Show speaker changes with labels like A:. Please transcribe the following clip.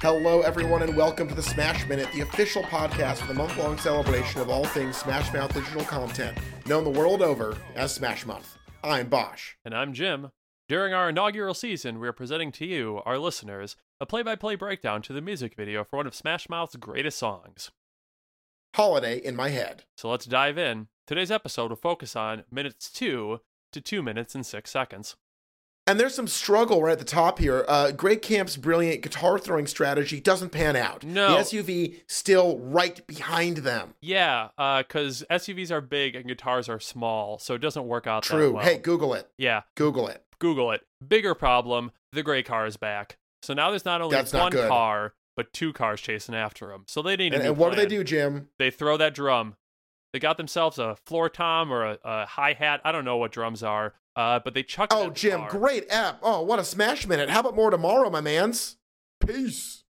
A: Hello, everyone, and welcome to the Smash Minute, the official podcast for the month long celebration of all things Smash Mouth digital content, known the world over as Smash Month. I'm Bosch.
B: And I'm Jim. During our inaugural season, we are presenting to you, our listeners, a play by play breakdown to the music video for one of Smash Mouth's greatest songs.
A: Holiday in my head.
B: So let's dive in. Today's episode will focus on minutes 2 to 2 minutes and 6 seconds.
A: And there's some struggle right at the top here. Uh, Greg Camp's brilliant guitar throwing strategy doesn't pan out.
B: No.
A: The SUV still right behind them.
B: Yeah, uh, because SUVs are big and guitars are small, so it doesn't work out that
A: True.
B: well.
A: Hey, Google it.
B: Yeah,
A: Google it.
B: Google it. Bigger problem the gray car is back. So now there's not only
A: That's not
B: one
A: good.
B: car, but two cars chasing after him. So they need
A: And,
B: a new
A: and what do they
B: plan.
A: do, Jim?
B: they throw that drum. They got themselves a floor tom or a, a hi hat. I don't know what drums are, uh, but they chucked. it
A: Oh,
B: at the
A: Jim,
B: car.
A: great app. Oh, what a Smash Minute. How about more tomorrow, my mans? Peace.